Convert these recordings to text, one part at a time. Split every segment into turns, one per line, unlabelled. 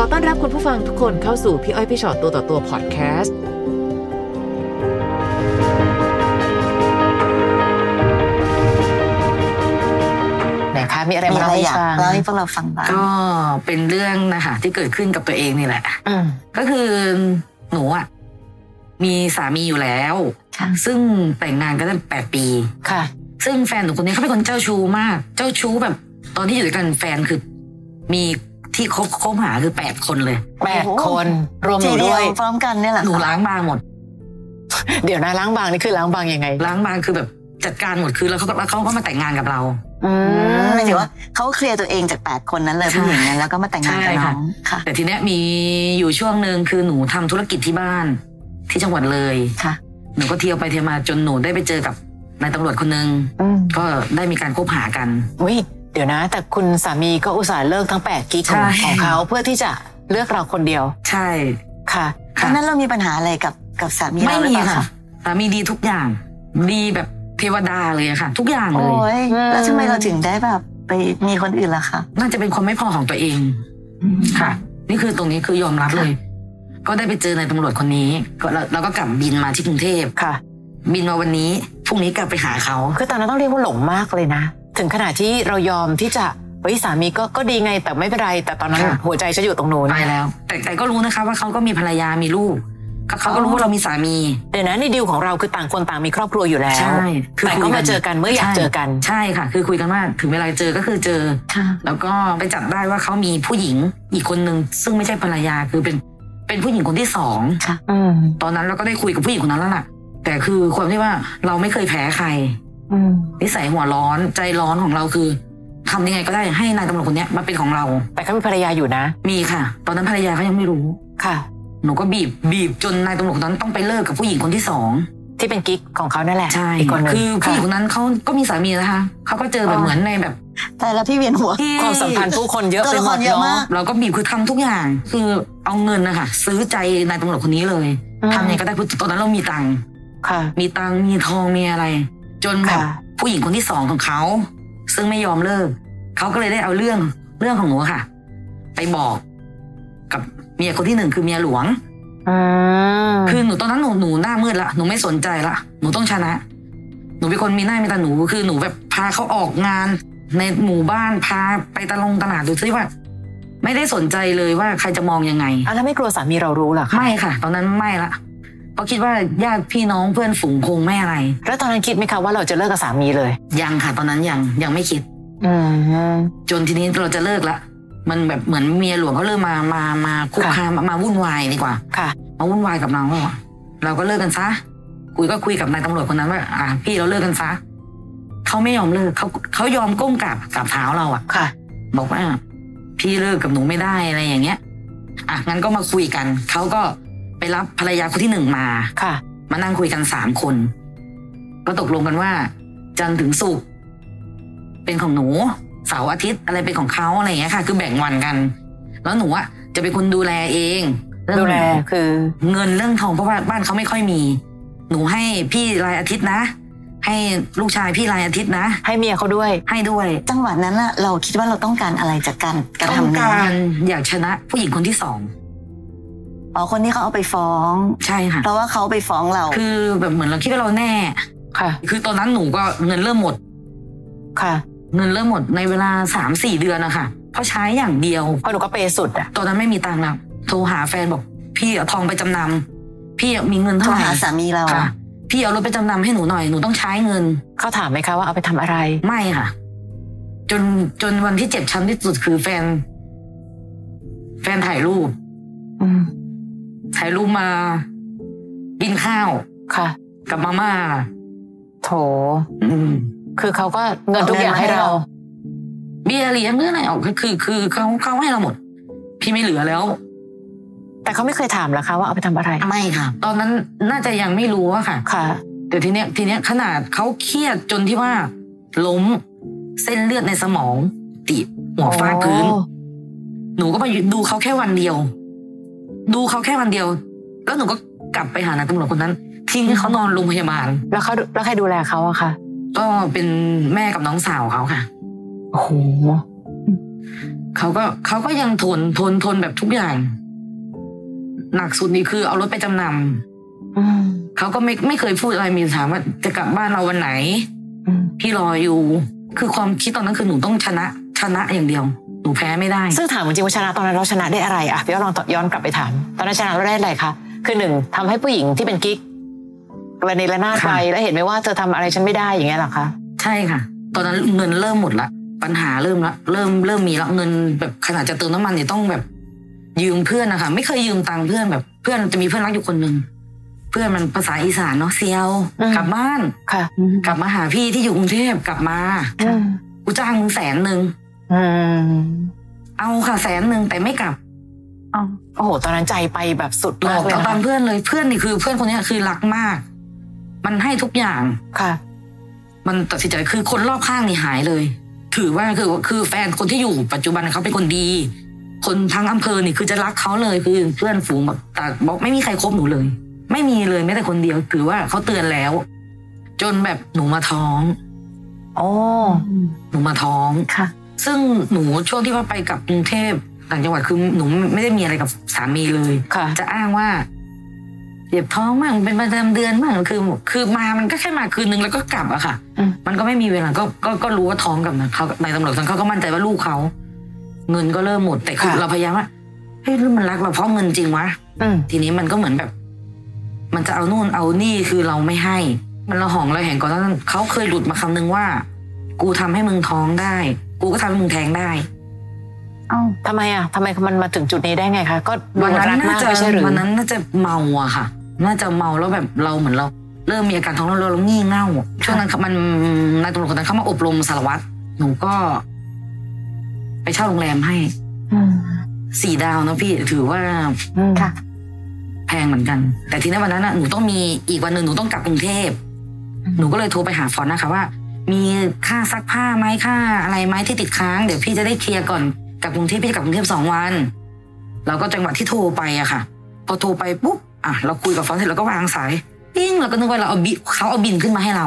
อต้อนรับคุณผู้ฟังทุกคนเข้าสู่พี่อ้อยพี่ชอตตัวต่อตัวพอดแคสต์
ไหนคะมีอะไรมาเล่า
อะไร
ให้
อยาก
ฟัง
เล่าให้พวกเราฟังบ้าง
ก็เป็นเรื่องนะคะที่เกิดขึ้นกับตัวเองนี่แหละ
อืม
ก็คือหนูอ่ะมีสามีอยู่แล้ว
ค่ะ
ซึ่งแต่งงานกันตั้งแปดปี
ค่ะ
ซึ่งแฟนหนูคนนี้เขาเป็นคนเจ้าชู้มาก เจ้าชู้แบบ ตอนที่อยู่ด้วยกันแฟนคือ มีที่คบคบหาคือแปดคนเลย
แปด
โอ้โห
คนรวมห
ที
นู
เดี
ด้
ยว
วย
พร้อมกันเนี่ยแหละ
หนู
ค่ะ
ล้างบางหมด
เดี๋ยวนะล้างบางนี่คือล้างบางยังไง
ล้างบางคือแบบจัดการหมดคือแล้วเขาก็แล้วเขาก็มาแต่งงานกับเรา
อื
อืม
ม
หมายถึงว่าเขาเคลียร์ตัวเองจาก 8 คนนั้นเลย
ใช่
ผู้หญิงนั้นแล้วก็มาแต่งงานกับ
ใช่
น้
ค่ะ
องค่ะ
แต่ทีเนี้ยมีอยู่ช่วงหนึ่งคือหนูทำธุรกิจที่บ้าน ที่จังหวัดเลย
ค่ะ
หนูก็เที่ยวไปเที่ยวมาจนหนูได้ไปเจอกับนายตำรวจคนหนึ่ง
อืม
ก็ได้มีการคบหากัน
อุ้ยเดี๋ยวนะ แต่คุณสามีก็อุตส่าห์เลิกทั้งแปดกิ๊กของข
ใช่
องเขาเพื่อที่จะเลือกเราคนเดียว
ใช่
ค่ะ
ตอ
ค่ะ
นนั้นเรามีปัญหาอะไรกับกับสามี
ไม่
เราหรือ
มี
เปล่า
ค่ะ
คะ
สามีดีทุกอย่าง ดีแบบเทวดาเลยอะค่ะ ทุกอย่างเล
โอ้
ย
ย
อืม
แล้วทำไมเราถึงได้แบบไปมีคนอื่นล่ะคะ
น่าจะเป็นความไม่พอของตัวเองค่ะ นี่คือตรงนี้คือยอมรับเลย ก็ได้ไปเจอนายตำรวจคนนี้ ก็เราเราก็กลับบินมาที่กรุงเทพ
ค่ะ
บินมาวันนี้พรุ่งนี้กลับไปหาเขา
คือตอนนั้นต้องเรียกว่าหลงมากเลยนะ ถึงขนาดที่เรายอมที่จะเฮ้ยสามีก็ก็ดีไงแต่ไม่เป็นไร แต่ตอนนั้นหัวใจจะอยู่ตรงนู้น
ไปแล้ว แต่แต่ก็รู้นะคะ ว่าเขาก็มีภรรยามีลูกเขาเขาก็รู้ว่าเรามีสามี
เดี๋ยวนะในดีลของเราคือต่างคนต่างมีครอบครัวอยู่แล้ว
ใช่คือ
แต่ก็มาเจอกันเมื่ออยาก
ใช่
เจอกัน
ใช่ค่ะ คือคุยกันว่าถึงเวลาเจอก็คือเจอ
ค่ะ
แล้วก็ไปจับได้ว่าเขามีผู้หญิงอีกคนหนึ่งซึ่งไม่ใช่ภรรยาคือเป็นเป็นผู้หญิงคนที่สอง
อืม
ตอนนั้นเราก็ได้คุยกับผู้หญิงคนนั้นแล้วล่ะ แต่คือความที่ว่าเราไม่เคยแพ้ใคร
อืม
นิสัยหัวร้อนใจร้อนของเราคือทำยังไงก็ได้ให้นายตำรวจคนเนี้ยมาเป็นของเรา
แต่เขามีภรรยาอยู่นะ
มีค่ะ ตอนนั้นภรรยาเขายังไม่รู้
ค่ะ
หนูก็บีบบีบจนนายตำรวจคนนั้นต้องไปเลิกกับผู้หญิงคนที่สอง
ที่เป็นกิ๊กของเขานั่นแหละ
ใช่
อีกคนหนึง
คือผู้หญิง
ะ
คนนั้นเขาก็มีสามีนะคะเขาก็เจอแบ
อ๋
บ
อ
เหมือนในแบบ
แต่ละพี่เวียนหัว
ที่
ความสัมพันธ์ผู้คนเยอะ
ตัว
ไป
ละ
ห
ค
ม
ร
ด
เยอะ
เนาะ
มาก
เราก็บีบคือทำทุกอย่าง คือเอาเงินนะคะซื้อใจนายตำรวจคนนี้เลยทำยังไงก็ได้คือตอนนั้นเรามีตังค์
ค่ะ
มีตังค์มีทองมีอะไร จนแบบ
ค่ะ
ผู้หญิงคนที่สองของเขา ซึ่งไม่ยอมเลิกเขาก็เลยได้เอาเรื่องเรื่องของหนูอะค่ะ ไปบอกกับเมียคนที่หนึ่งคือเมียหลวง
อืม
คือหนูตอนนั้นหนูหนูหน้ามืดละหนูไม่สนใจละหนูต้องชนะ หนูเป็นคนมีหน้ามีตาหนูคือหนูแบบพาเขาออกงาน ในหมู่บ้านพาไปตะลงตลาดดูซิว่า ไม่ได้สนใจเลยว่าใครจะมองยังไง
อ่ะแล้วไม่กลัวสามีเรารู้เหรอคะ
ไม่ค่ะ ตอนนั้นไม่ละเพราะคิดว่าญาติพี่น้องเพื่อนฝูงคงไม่อะไร
แล้วตอนนั้นคิดไหมคะว่าเราจะเลิกกับสามีเลย
ยังค่ะ ตอนนั้นยังยังไม่คิด
อืม
จนทีนี้เราจะเลิกละมันแบบเหมือนเมียหลวงเขาเริ่มมามามาคุก
ค่ะ
คามมามาวุ่นวายดีกว่า
ค่ะ
มาวุ่นวายกับเราเหรอเราก็เลิกกันซะ คุยก็คุยกับนายตำรวจคนนั้นว่า อ่ะพี่เราเลิกกันซะ เขาไม่ยอมเลิกเขาเขายอมก้มกราบกราบเท้าเราอะ
ค่ะ
บอกว่าพี่เลิกกับหนูไม่ได้อะไรอย่างเงี้ย อ่ะงั้นก็มาคุยกัน เขาก็ไปรับภรรยาคนที่หนึ่งมา
ค่ะ
มานั่งคุยกันสามคน ก็ตกลงกันว่า จันทร์ถึงศุกร์เป็นของหนู เสาร์อาทิตย์อะไรเป็นของเขาอะไรอย่างเงี้ยค่ะ คือแบ่งวันกัน แล้วหนูอะจะเป็นคนดูแลเองเรื่อง
ดูแลคือ
เงินเรื่องทองเพราะว่าบ้านเขาไม่ค่อยมี หนูให้พี่รายอาทิตย์นะ ให้ลูกชายพี่รายอาทิตย์นะ
ให้เมียเขาด้วย
ให้ด้วย
จังหวะนั้นน่ะเราคิดว่าเราต้องการอะไรจากการกระ
ต้อง
ทำนี้
การอยากชนะผู้หญิงคนที่สอง
อ๋อคนที่เขาเอาไปฟ้อง
ใช่ค่ะ
เพราะว่าเขาไปฟ้องเรา
คือแบบเหมือนเราคิดว่าเราแน่
ค่ะ
คือตอนนั้นหนูก็เงินเริ่มหมด
ค่ะ
เงินเริ่มหมดในเวลาสามสี่เดือนนะคะเพราะใช้อย่างเดียว
เพราะหนูก็เปย์สุดอ่ะ
ตอนนั้นไม่มีตังค์แล้วโทรหาแฟนบอก พี่เอาทองไปจำนำพี่มีเงิน
โท
เท่ารไหร่
หาสามีเรา
ค่ะ พี่เอารถไปจำนำให้หนูหน่อยหนูต้องใช้เงิน
เขาถามไหมคะว่าเอาไปทำอะไร
ไม่ค่ะ จนจนวันที่เจ็บช้ำที่สุดคือแฟน แฟนถ่ายรูป
อืม
ถ่ายรูปมา กินข้าว
ค่ะ
กับมาม่า
โถ
อืม
คือเขาก็เงินทุกอย่างให้เรา
เบียร์เลี้ยงเรื่องอะไรออกคือคือคือเขาเขาให้เราหมด พี่ไม่เหลือแล้ว
แต่เขาไม่เคยถามเหรอคะว่าเอาไปทำอะไร
ไม่ค่ะ ตอนนั้นน่าจะยังไม่รู้อะค่ะ
ค่ะ
แต่ทีเนี้ยทีเนี้ยขนาดเขาเครียดจนที่ว่า ล้มเส้นเลือดในสมองตีบหัวฟาดพื้น
โอ้
หนูก็มาดูเขาแค่วันเดียว ดูเขาแค่วันเดียว แล้วหนูก็กลับไปหานายตำรวจคนนั้น ทิ้งให้เขานอนโรงพยาบาล
แล้วเขาแล้วใครดูแลเขาอะค่ะ
ก็เป็นแม่กับน้องสาวเขาค่ะ
โอ้โห
เขาก็เขาก็ยังทนทนทนแบบทุกอย่าง หนักสุดนี่คือเอารถไปจำน
อืม
ำเขาก็ไม่ไม่เคยพูดอะไรมีถามว่าจะกลับบ้านเราวันไหน
อืม
พี่รออยู่ คือความคิดตอนนั้นคือหนูต้องชนะ ชนะอย่างเดียว หนูแพ้ไม่ได้
ซึ่งถามจริงๆว่าชนะตอนนั้นเราชนะได้อะไรอ่ะพี่อ้อยลองตอบย้อนกลับไปถาม ตอนนั้นชนะเราได้อะไรคะคือหนึ่งทำให้ผู้หญิงที่เป็นกิ๊กระเนระนาดไป
ค่ะ
แล้วเห็นไหมว่าเธอทำอะไรฉันไม่ได้อย่างเงี้ยเหรอคะ
ใช่ค่ะ ตอนนั้นเงินเริ่มหมดละ ปัญหาเริ่มละเริ่มเริ่มมีละเงินแบบขนาดจะเติมน้ำมันเนี่ยต้องแบบ ยืมเพื่อนนะคะไม่เคยยืมตังค์เพื่อนแบบ เพื่อนจะมีเพื่อนรักอยู่คนหนึ่งเพื่อนมันภาษาอีสานเนาะเซียว
อืม
กลับบ้าน
ค่ะ
กลับมาหาพี่ที่อยู่กรุงเทพกลับมา
อืม
กูจ้างมึงแสนหนึ่ง
อืม
เอาค่ะแสนหนึ่งแต่ไม่กลับ
โอ้โหตอนนั้นใจไปแบบสุด
หล
มา
อก ก
เลย
เอา
นะ
ตังค์เพื่อนเลยเพื่อนนี่คือ เพื่อนคนเนี้ยคือรักมาก มันให้ทุกอย่าง
ค่ะ
มันตัดสินใจคือคนรอบข้างนี่หายเลย ถือว่าคือคือแฟนคนที่อยู่ปัจจุบันเขาเป็นคนดี คนทั้งอำเภอนี่คือจะรักเขาเลยคือเพื่อนฝูงแบบแต่บอกไม่มีใครคบหนูเลย ไม่มีเลยแม้แต่คนเดียว ถือว่าเขาเตือนแล้ว จนแบบหนูมาท้อง
โอ้
หนูมาท้อง
ค่ะ
ซึ่งหนูช่วงที่ว่าไปกลับกรุงเทพต่างจังหวัดคือหนูไม่ได้มีอะไรกับสามีเลย
ค่ะ
จะอ้างว่าเจ็บท้องบ้างเป็นประจำเดือนบ้างคือ คือมามันก็แค่มาคืนนึงแล้วก็กลับอะค่ะ
อืม
มันก็ไม่มีเวลาก็ก็ก็รู้ว่าท้องกับนะเขานายตำรวจสังเขาก็มั่นใจว่าลูกเขา เงินก็เริ่มหมดแต่คือ
ค่ะ
เราพยายามว่าเฮ้ยแล้วมันรักเราเพราะเงินจริงวะ
อืม
ทีนี้มันก็เหมือนแบบ มันจะเอานู่นเอานี่คือเราไม่ให้ มันระหองระแหงก่อนนั้นเขาเคยหลุดมาคำนึงว่า กูทำให้มึงท้องได้ กูก็ทำให้มึงแท้งได้
ทำไมอ่ะทำไมมันมาถึงจุดนี้ได้ไงคะก็ดู
วันนั้น
รั
น่าม
กาก
จะ
ไม่ใช่หรือ
วันนั้นน่าจะเมาอะค่ะ น่าจะเมาแล้วแบบเราเหมือนเรา เริ่มมีอาการท้องร้อนแล้วงี่เง่าช่วงนั้นมันนายตำรวจคนนั้นเข้ามาอบรมสารวัตรหนูก็ ไปเช่าโรงแรมให้สี่ดาวนะพี่ถือว่า
ค่ะ
แพงเหมือนกัน แต่ทีนี้วันนั้นน่ะหนูต้องมีอีกวันหนึ่งหนูต้องกลับกรุงเทพหนูก็เลยโทรไปหาฟอนต์นะคะว่า มีค่าซักผ้าไหมค่าอะไรไหมที่ติดค้างเดี๋ยวพี่จะได้เคลียร์ก่อนกลับกรุงเทพพี่จะกลับกรุงเทพสองวัน เราก็จังหวะที่โทรไปอะค่ะ พอโทรไปปุ๊บอ่ะเราคุยกับฟอนต์เสร็จเราก็วางสายปิ้งเราก็นึกว่าเราเอาบิเขาเอาบินขึ้นมาให้เรา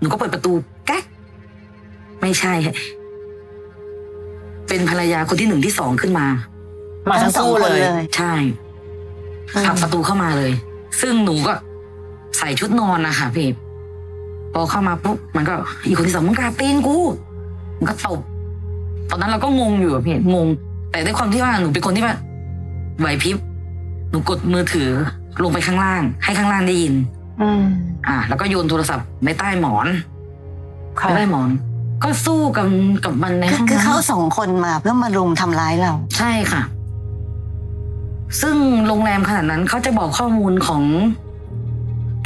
หนูก็เปิดประตูแก๊กไม่ใช่ เป็นภรรยาคนที่หนึ่งที่สองขึ้นมา
มาทั้งคู่เลย
ทั้งสองคนเลย
ใช่ผลักประตูเข้ามาเลย ซึ่งหนูก็ใส่ชุดนอนนะคะพี่พอเข้ามาปุ๊บมันก็ อีกคนที่สองมึงกาตีนกูมันก็ตบตอนนั้นเราก็งงอยู่อะพี่งง แต่ด้วยความที่ว่าหนูเป็นคนที่ว่าไหวพริบหนูกดมือถือลงไปข้างล่าง ให้ข้างล่างได้ยิน
อืม
อ่ะแล้วก็โยนโทรศัพท์ในใต้หมอน
ค่ะ
ในใต้หมอน ก็สู้กับกับมันใน
คือคือ
ห้องน้ำ
เขาสองคนมาเพื่อมารุมทำร้ายเรา
ใช่ค่ะ ซึ่งโรงแรมขนาดนั้นเขาจะบอกข้อมูลของ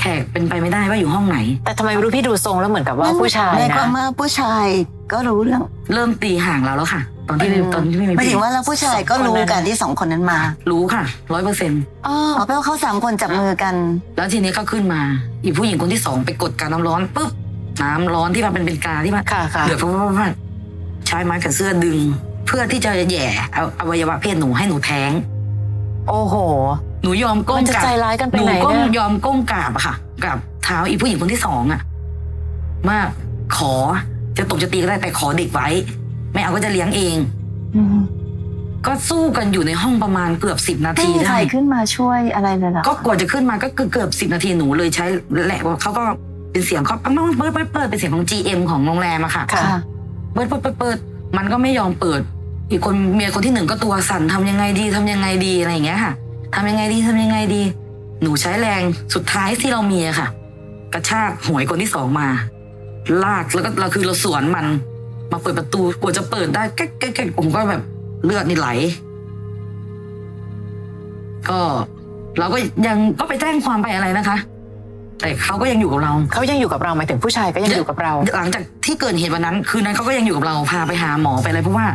แขกเป็นไปไม่ได้ว่าอยู่ห้องไหน
แต่ทำไมไม่รู้พี่ดูทรงแล้วเหมือนกับว่าผู้ชาย
ในความ
นะ
ว่าผู้ชายก็รู้เรื่อง
เริ่มตีห่างเราแล้วค่ะ ตอนที่ตอนที่ไม่มี
หมายถึงว่าแล้วผู้ชายก็รู้กันที่สองคนนั้นมา
รู้ค่ะร้อยเปอร์เซ็น
อ๋อ
อ๋อแปลว่าเขาสามคนจับมือกัน
แล้วทีนี้ก็ขึ้นมา อีกผู้หญิงคนที่สองไปกดการน้ำร้อนปุ๊บน้ำร้อนที่มันเป็นเป็นกาที่มัน
ค่ะค่ะ
เดือดเพราะว่าใช้ไม้กับเสื้อดึง เพื่อที่จะแหย่เอาอวัยวะเพศหนูให้หนูแท้ง
โอ้โห
หนูยอมก้ม
มันจะ
กราบ
ใจร้ายกันไป
หนู
ไหน
ก้ม
เนี่ย
ยอมก้มกราบอะค่ะกราบเท้าอีผู้หญิงคนที่สองอะว่าขอจะตบจะตีก็ได้แต่ขอเด็กไว้ ไม่เอาก็จะเลี้ยงเอง ก็สู้กันอยู่ในห้องประมาณเกือบสิบนา
ไม่
ที
มีใคร
ได้
ขึ้นมาช่วยอะไรเลยเหรอ
ก็กว่าจะขึ้นมาก็เกือบสิบนาทีหนูเลยใช้แหละว่าเขาก็เป็นเสียงเขาปังปังปังเปิดเปิดเปิดเป็นเสียงของ GM ของโรงแรมอะค่ะ
ค่ะ
ค่ะ
เปิดเปิดเปิดเปิดมันก็ไม่ยอมเปิด อีกคนเมียคนที่หนึ่งก็ตัวสั่นทำยังไงดีทำยังไงดีอะไรอย่างเงี้ยค่ะทำยังไงดีทำยังไงดี หนูใช้แรงสุดท้ายที่เรามีอะค่ะ กระชากหวยคนที่สองมา ลากแล้วก็เราคือเราสวนมัน มาเปิดประตูกว่าจะเปิดได้แก๊กแก๊กแก๊กผมก็แบบเลือดนี่ไหล ก็เราก็ยังก็ไปแจ้งความไปอะไรนะคะ แต่เขาก็ยังอยู่กับเรา
เขายังอยู่กับเราหมายถึงผู้ชายก็ยังอยู่กับเรา
หลังจากที่เกิดเหตุวันนั้น คืนนั้นเขาก็ยังอยู่กับเราพาไปหาหมอไปอะไรเพราะว่า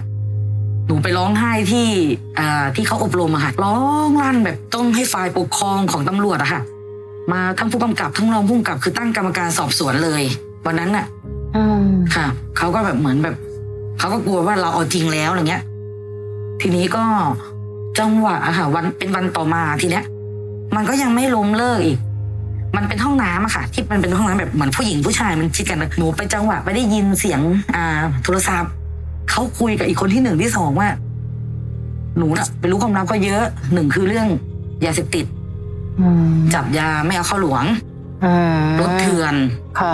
หนูไปร้องไห้ที่เอ่อที่เขาอบรมอะค่ะร้องลั่นแบบต้องให้ฝ่ายปกครองของตำรวจอะค่ะ มาทั้งผู้กำกับทั้งรองผู้กำกับคือตั้งกรรมการสอบสวนเลย วันนั้นน่ะ
อืม
ค่ะเขาก็แบบเหมือนแบบเขาก็กลัวว่าเราเอาจริงแล้วอะไรเงี้ย ทีนี้ก็จังหวะอะค่ะ วันเป็นวันต่อมาทีเนี้ย มันก็ยังไม่ล้มเลิกอีก มันเป็นห้องน้ำอะค่ะ ที่มันเป็นห้องน้ำแบบเหมือนผู้หญิงผู้ชายมันชิดกันหนูไปจังหวะไปได้ยินเสียงอ่า โทรศัพท์ เขาคุยกับอีกคนที่หนึ่งที่สองว่า หนูน่ะไปรู้ความลับก็เยอะหนึ่งคือเรื่องยาเสพติด
อืม
จับยาไม่เอาเข้าหลวง
อืม
รถเถื่อน
ค่ะ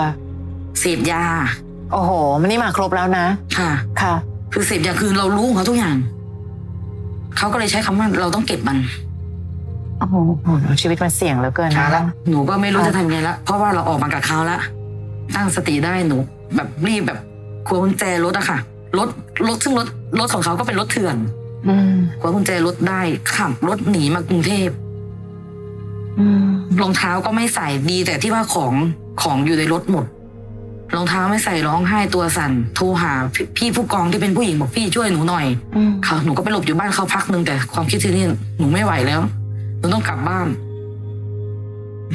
เสพยา
โอ้โห มันนี่มาครบแล้วนะ
ค่ะ
ค่ะ
คือเสพยาคือเรารู้ของเขาทุกอย่าง เขาก็เลยใช้คำว่าเราต้องเก็บมัน
โอ้โห
โอ้โหชีวิตมันเสี่ยงเหลือเกินนะ
หนูก็ไม่รู้จะทำยังไงละเพราะว่าเราออกมากับเขาละตั้งสติได้หนู แบบรีบแบบควงกุญแจรถอะค่ะรถรถซึ่งรถรถของเขาก็เป็นรถเถื่อน
อืม
ควงกุญแจรถได้ขับรถหนีมากรุงเทพ
อืม
รองเท้าก็ไม่ใส่ดี แต่ที่ว่าของของอยู่ในรถหมดรองเท้าไม่ใส่ร้องไห้ตัวสั่นโทรหาพี่พี่ผู้กองที่เป็นผู้หญิงบอกพี่ช่วยหนูหน่อย
อืม
ค่ะหนูก็ไปหลบอยู่บ้านเขาพักหนึ่งแต่ความคิดที่นี่หนูไม่ไหวแล้วหนูต้องกลับบ้าน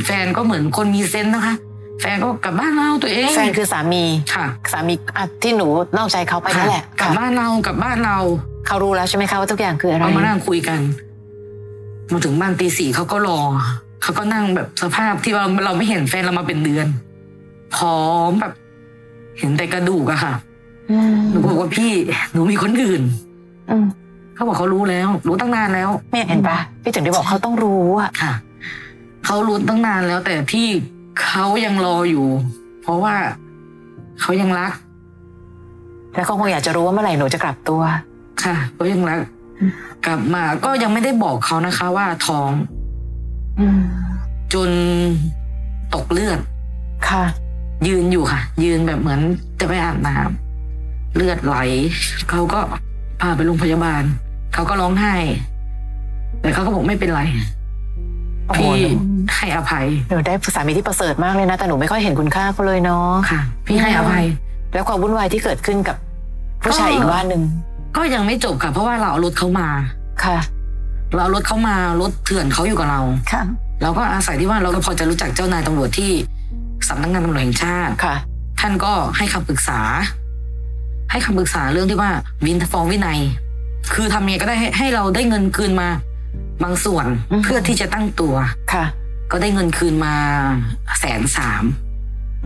แฟนก็เหมือนคนมีเซนส์นะคะ แฟนก็กลับบ้านเราตัวเอง
แฟนคือสามี
ค่ะ
สามีอ่ะที่หนูนอกใจเขาไปนั่นแหละ
กลับ
ค่ะ
บ้านเรากลับบ้านเรา
เขารู้แล้วใช่ไหมคะว่าทุกอย่างคืออะไร
เอามานั่งคุยกันมาถึงบ้านตีสี่เขาก็รอเขาก็นั่งแบบสภาพที่เราเราไม่เห็นแฟนเรามาเป็นเดือนพร้อมแบบ เห็นแต่กระดูกอะค่ะ
อืม
หนูก็บอกว่าพี่หนูมีคนอื่น
อืม
เขาบอกเขารู้แล้ว รู้ตั้งนานแล้ว
เนี่ยเห็นปะพี่ถึงได้บอกเขาต้องรู้อะ
ค่ะเขารู้ตั้งนานแล้วแต่ที่เขายังรออยู่ เพราะว่าเขายังรัก
แล้วก็คงอยากจะรู้ว่าเมื่อไหร่หนูจะกลับตัว
ค่ะเขายังรัก กลับมาก็ยังไม่ได้บอกเขานะคะ ว่าท้อง
อืม
จนตกเลือด
ค่ะ
ยืนอยู่ค่ะ ยืนแบบเหมือนจะไปอาบน้ำเลือดไหลเขาก็พาไปโรงพยาบาลเขาก็ร้องไห้ แต่เขาก็บอกไม่เป็นไร
โอ้โห
พี่ให้อภัย
หนูได้สามีที่ประเสริฐมากเลยนะ แต่หนูไม่ค่อยเห็นคุณค่าเขาเลยเนาะ
ค่ะ พี่ให้อภัย
แล้วความวุ่นวายที่เกิดขึ้นกับผู้ชายอีกบ้านหนึ่ง
ก็ยังไม่จบค่ะ เพราะว่าเราเอารถเขามา
ค่ะ
เราเอารถเขามารถเถื่อนเขาอยู่กับเรา
ค่ะ
เราก็อาศัยที่ว่าเราก็พอจะรู้จักเจ้านายตำรวจที่สำนักงานตำรวจแห่งชาติ
ค่ะ
ท่านก็ให้คำปรึกษา ให้คำปรึกษาเรื่องที่ว่าวินฟ้องวินัย คือทำยังไงก็ได้ให้ให้เราได้เงินคืนมา บางส่วน
อืม
เพื่อที่จะตั้งตัว
ค่ะ
ก็ได้เงินคืนมาแสนสาม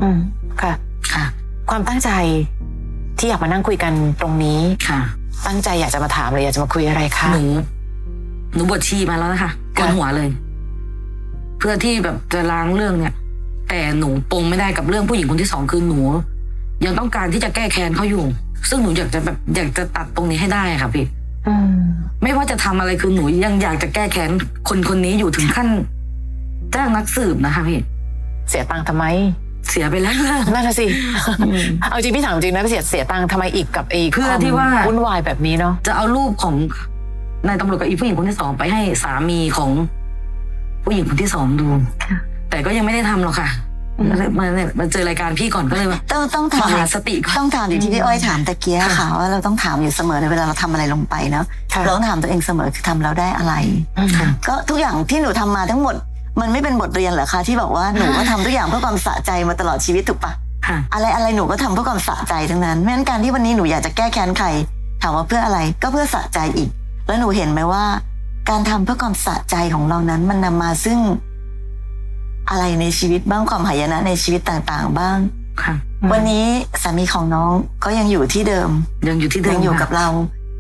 อืม ค่ะ
ค่ะ
ความตั้งใจที่อยากมานั่งคุยกันตรงนี้
ค่ะ
ตั้งใจอยากจะมาถามหรืออยากจะมาคุยอะไรคะ
หนูหนูบทชีมาแล้วนะคะก
ค่ะ
นหัวเลย เพื่อที่แบบจะล้างเรื่องเนี่ย แต่หนูปรงไม่ได้กับเรื่องผู้หญิงคนที่สองคือหนู ยังต้องการที่จะแก้แค้นเขาอยู่ ซึ่งหนูอยากจะแบบอยากจะตัดตรงนี้ให้ได้ค่ะพี่
อืม
ไม่ว่าจะทำอะไรคือหนูยังอยากจะแก้แค้นคนคนนี้อยู่ถึงขั้นจ้างนักสืบนะคะพี่
เสียตังค์ทำไม
เสียไปแล้ว
นั่นน่ะสิ เอาจริงพี่ถามจริงนะพี่เสียเสียตังค์ทำไมอีกกับไอ้
เพื่อ
ควม
ที่ว่า
วุ่นวายแบบนี้เนาะ
จะเอารูปของนายตำรวจกับอีผู้หญิงคนที่สองไปให้สามีของผู้หญิงคนที่สองดู
ค่ะ
แต่ก็ยังไม่ได้ทำหรอกค่ะ
อืม
มาเนี่ยมาเจอรายการพี่ก่อนก็เลยว่า
ต้องต้อง
มา
ถาม
หาสติก่อน
ต้องถามอย่างที่พี่อ้อยถามตะเกียค่ะว่าเราต้องถามอยู่เสมอเลยเวลาเราทำอะไรลงไปเนาะ
ค่ะ
เราต้องถามตัวเองเสมอคือทำแล้วได้อะไร
อืม
ค่ะ
ก็ทุกอย่างที่หนูทำมาทั้งหมด มันไม่เป็นบทเรียนเหรอคะที่บอกว่าหนูก็ทำทุกอย่างเพื่อความสะใจมาตลอดชีวิตถูกปะ
ค่ะ
อะไรอะไรหนูก็ทำเพื่อความสะใจทั้งนั้นเพราะฉะนั้นการที่วันนี้หนูอยากจะแก้แค้นใครถามว่าเพื่ออะไรก็เพื่อสะใจอีก แล้วหนูเห็นไหมว่า การทำเพื่อความสะใจของเรานั้น มันนำมาซึ่ง อะไรในชีวิตบ้างความหายนะในชีวิตต่างๆ บ้าง
ค่ะ
อืม
วันนี้สามีของน้องก็ยังอยู่ที่เดิม
ยังอยู่ที่เดิม
ยังอยู่กับ
ค่ะ
เรา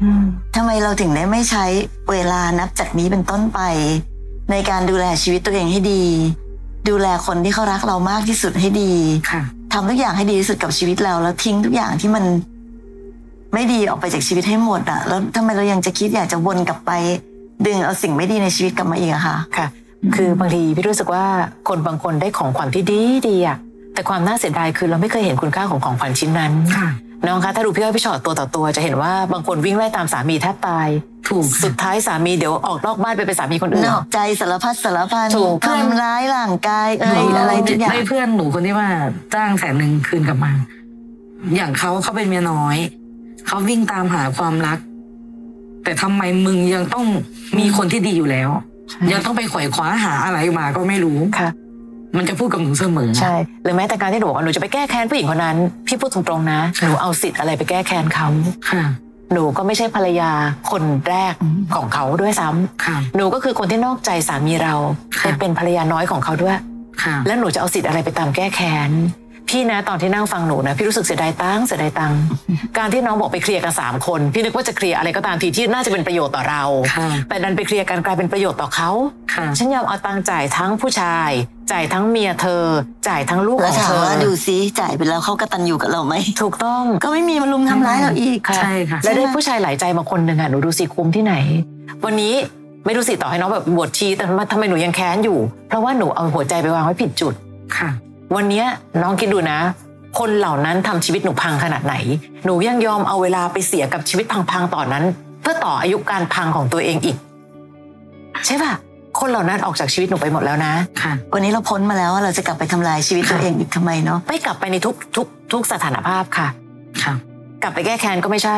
อืม
ทำไมเราถึงได้ไม่ใช้เวลานับจากนี้เป็นต้นไป ในการดูแลชีวิตตัวเองให้ดี ดูแลคนที่เขารักเรามากที่สุดให้ดี
ค่ะ
ทำทุกอย่างให้ดีที่สุดกับชีวิตเรา แล้วทิ้งทุกอย่างที่มัน ไม่ดีออกไปจากชีวิตให้หมดอะแล้วทำไมเรายังจะคิดอยากจะวนกลับไป ดึงเอาสิ่งไม่ดีในชีวิตกลับมาอีกอะค่ะ
ค่ะ คือบางทีพี่รู้สึกว่าคนบางคนได้ของขวัญที่ดีดีอะแต่ความน่าเสียดายคือเราไม่เคยเห็นคุณค่าของของขวัญชิ้นนั้น
ค่ะ
น้องคะถ้าดูพี่อ้อยพี่ชอตตัวต่อตัวจะเห็นว่าบางคนวิ่งไล่ตามสามีแทบตาย
ถูก
สุดท้ายสามีเดี๋ยวออกนอกบ้านไปเป็นสามีคนอื่น
นอกใจสารพัดสารพัน
ถูก
ทำร้ายร่างกายเอ่
หนู
ยอะไรทุกอย่าง
ได้เพื่อนหนูคนที่ว่าจ้างแสนหนึ่งคืนกลับมา อย่างเขาเขาเป็นเมียน้อย เขาวิ่งตามหาความรัก แต่ทำไมมึงยังต้องมีคนที่ดีอยู่แล้ว ยังต้องไปขวอยคว้าหาอะไรมาก็ไม่รู้
ค่ะ
มันจะพูดกับหนูเสมอ
ใช่หรือแม้แต่การที่หนูบอกว่าหนูจะไปแก้แค้นผู้หญิงคนนั้น พี่พูดตรงๆนะ
ค่ะ
หนูเอาสิทธิ์อะไรไปแก้แค้นเขา
ค่ะ
หนูก็ไม่ใช่ภรรยาคนแรกของเขาด้วยซ้ำ
ค่ะ
หนูก็คือคนที่นอกใจสามีเรา
ค่ะ
ไปเป็นภรรยาน้อยของเขาด้วย
ค่ะ
แล้วหนูจะเอาสิทธิ์อะไรไปตามแก้แค้น พี่นะตอนที่นั่งฟังหนูนะพี่รู้สึกเสียดายตังค์เสียดายตั งค์การที่น้องบอกไปเคลียร์กันสามคนพี่นึกว่าจะเคลียร์อะไรก็ตามทีที่น่าจะเป็นประโยชน์ต่อเรา
ค่ะ
แต่ดันไปเคลียร์กันกลายเป็นประโยชน์ต่อเขา
ค่ะ
ฉันยอมเอาตังค์จ่ายทั้งผู้ชาย จ่ายทั้งเมียเธอ จ่ายทั้งลูก
แล้
ข
ว
อง
ถาม
เธอ
ว่าดูซิจ่ายไปแล้วเขากระตันอยู่กับเราไหม
ถูกต้อง
ก็ไม่มีมารุมทำร้ายเราอีก
ใช่ค่ะ
แล้วได้ผู้ชายหลายใจมาคนหนึ่งอะหนูดูสิคุ้มที่ไหน วันนี้ไม่ดูสิต่อให้น้องแบบบวชชีแต่ทำไมหนูยังแค้นอยู่ เพราะว่าหนูเอาหัวใจไปวางไว้ผิดจุด
ค่ะ
วันเนี้ยน้องคิดดูนะ คนเหล่านั้นทำชีวิตหนูพังขนาดไหน หนูยังยอมเอาเวลาไปเสียกับชีวิตพังๆต่อนนั้น เพื่อต่ออายุการพังของตัวเองอีก ใช่ป่ะคนเหล่านั้นออกจากชีวิตหนูไปหมดแล้วนะ
ค่ะ
วันนี้เราพ้นมาแล้วว่าเราจะกลับไปทำลายชีวิตตัวเองอีกทำไมเนาะ
ไม่กลับไปในทุกทุกทุกสถานภาพค่ะ
ค่ะ
กลับไปแก้แค้นก็ไม่ใช่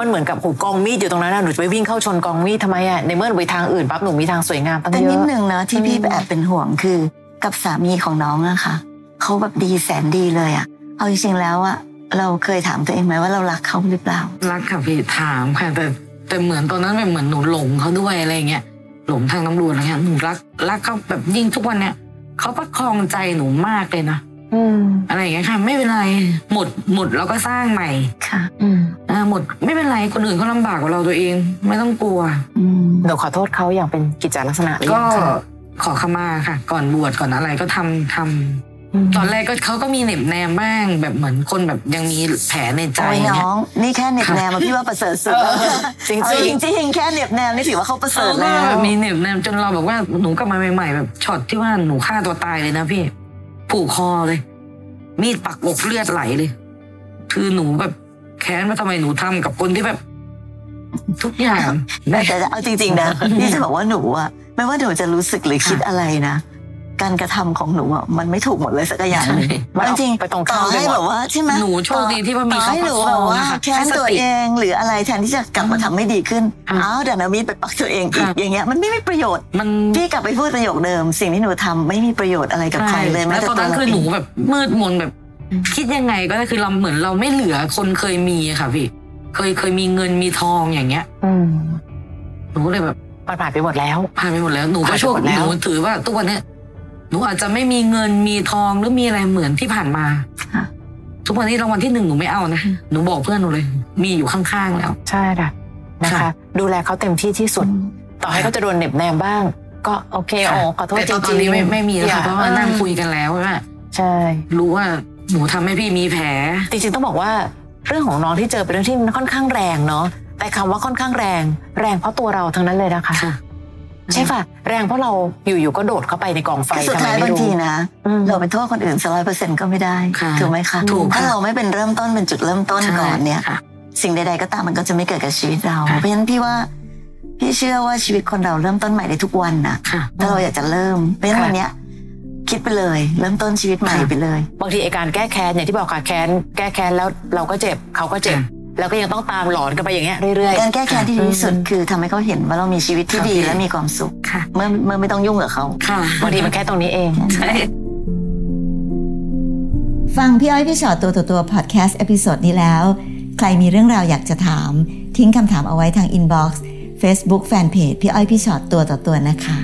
มันเหมือนกับหูกองมีดอยู่ตรงนั้นนะหนูจะไปวิ่งเข้าชนกองมีดทำไมอะในเมื่อหนูไปทางอื่นปั๊บหนูมีทางสวยงามตั้ง
แต่
เย
นิด
อะ
หนึ่งนะที่พี่แอบเป็นห่วงคือ กับสามีของน้องอะค่ะเขาแบบดีแสนดีเลยอะเอาจริงๆแล้วอะเราเคยถามตัวเองไหมว่าเรารักเขาหรือเปล่า
รักค่ะพี่ถามค่ะแต่แต่เหมือนตอนนั้นแบบเหมือนหนูหลงเขาด้วยอะไรเงี้ยหลงทางตำรวจอะไรเงี้ยหนูรักรักเขาแบบยิ่งทุกวันเนี้ยเขาประคองใจหนูมากเลยนะ
อืม
อะไรอย่างเงี้ยค่ะ ไม่เป็นไรหมดหมดแล้วก็สร้างใหม่
ค่ะ
อืม
เออหมดไม่เป็นไรคนอื่นเขาลำบากกว่าเราตัวเอง ไม่ต้องกลัว
อืม
หนูขอโทษเขาอย่างเป็นกิจจลักษณะหรือ
ก็
ยังคะ
ขอขมาค่ะ ก่อนบวชก่อนอะไรก็ทำทำ
ม
ตอนแรกก็เขาก็มีเหน็บแนมบ้างแบบเหมือนคนแบบยังมีแผลในใจ
โอ้ย
เงี้ย
น้อง นี่แค่เหน็บแนมอะพี่ว่าประเสริฐสุดแล้ว
จริงๆ
เอาจริงๆแค่เหน็บแนมนี่ถือว่าเขาประเสริฐ
แล้
แล้วว
มีเหน็บแนมจนเราแบบว่าหนูกลับมาใหม่ ๆ แบบช็อตที่ว่าหนูฆ่าตัวตายเลยนะพี่ ผูกคอเลย มีดปักอกเลือดไหลเลย คือหนูแบบแค้นว่าทำไมหนูทำกับคนที่แบบ ทุกอย่าง
แต่แต่เอาจริงๆนะนี่จะบอกว่าหนูอะไม่ว่าหนูจะรู้สึกหรือคิดอะไรนะ การกระทำของหนูอะมันไม่ถูกหมดเลยสักอย่างหนึ่ง
ใช่
มันออก
จริง
ไปตรง
ต่
ข้า
อ
มไป
ให้
หมด
แบบว่าใช่ไหม
หนูโชคดีที่ว่ามี
ต่อ
เขา
ให้
ป
หนู
ระค
แบ
อบ ง
ว่า
นะคะ
แค้น
ส
ตัว
ติ
เองหรืออะไรแทนที่จะกลับมาทำไม่ดีขึ้น
อ่ะ
อ้าวเดี๋ยวนามีดไปปักตัวเองอีก
อ่ะ
อย่างเงี้ยมันไม่มีประโยชน์
มัน
พี่กลับไปพูดประโยคเดิม สิ่งที่หนูทำไม่มีประโยชน์อะไรกับใครเลยแม้
แล้ว
แต่
ตอน
ตัว
นั้น
เรา
คือ
เอ
หนู
ง
แบบมืดมนแบบ คิดยังไงก็ได้คือเราเหมือนเราไม่เหลือคนเคยมีอะค่ะพี่เคยเคยมีเงินมีทองอย่างเงี้ย
อืม
หนูก็เลยแบบ
มันผ่านไปหมดแล้ว
ผ่านไปหมดแล้วหนูก็
ผ่านไป
โชค
หมดแล้ว
หนูถือว่าทุกวันเนี้ยหนูอาจจะไม่มีเงินมีทองหรือมีอะไรเหมือนที่ผ่านมา
ค่ะ
ทุกวันนี้รางวัลที่หนึ่งหนูไม่เอานะหนูบอกเพื่อนหนูเลย มีอยู่ข้างๆแล้ว
ใช่ค่ะนะ
ค่ะ
คะ ดูแลเขาเต็มที่ที่สุด ต่อให้เขาจะโดนเหน็บแนมบ้าง ก็โอเคโอ้ขอโทษ
แต่
จริง
ต
ๆ
อนนี้ไม่ไม่มีแล้วค่ะเพราะว่านั่งคุยกันแล้วว่า
ใช่
รู้ว่าหนูทำให้พี่มีแผล
จริงๆต้องบอกว่าเรื่องของน้องที่เจอเป็นเรื่องที่ค่อนข้างแรงเนาะแต่คำว่าค่อนข้างแรง แรงเพราะตัวเราทั้งนั้นเลยนะคะ
ค่ะ
ใช่ป่ะแรงเพราะเราอยู่ๆก็โดดเข้าไปในกองไฟ
สุด
ทำไม
ท้าย
ไม่
บาง
รู้
ทีนะ
อืม
เราไปโทษคนอื่นสักร้อยเปอร์เซ็นต์ก็ไม่ได้
ค่ะ
ถูกไหมคะ
ถูกค่ะ
ถ้าเราไม่เป็นเริ่มต้นเป็นจุดเริ่มต้นก่อนเนี่ย
ค่ะ
สิ่งใดๆก็ตามมันก็จะไม่เกิดกับชีวิตเรา
ค่ะ
เพราะฉะนั้นพี่ว่าพี่เชื่อว่าชีวิตคนเราเริ่มต้นใหม่ได้ทุกวันนะ
ค่ะ
ถ้าเราอยากจะเริ่มเพราะฉะนั้
ค่ะ
นวันเนี้ยคิดไปเลย เริ่มต้นชีวิตใหม่
ค่ะ
ไปเลย
บางทีไอการแก้แค้นอย่างที่บอกค่ะแค้นแก้แค้นแล้วเราก็เจ็บเขาก็เจ็บ
ค่ะ
แล้วก็ยังต้องตามหลอนกันไปอย่างเงี้ยเรื่อย
การแก้แค้นที่ดีที่สุดคือทำให้เขาเห็นว่าเรามีชีวิตที่ดี
ค่ะ
และมีความสุข
ค่ะ
เมื่อเมื่อไม่ต้องยุ่งกับเขา
ค่ะ
ๆบางทีมันแค่ตรงนี้เอง
ใช่
ฟังพี่อ้อยพี่ชอตตัวต่อตัวพอดแคสต์เอพิโซดนี้แล้ว ใครมีเรื่องราวอยากจะถาม ทิ้งคำถามเอาไว้ทางอินบ็อกซ์เฟซบุ๊กแฟนเพจพี่อ้อยพี่ชอตตัวต่อตัวนะคะ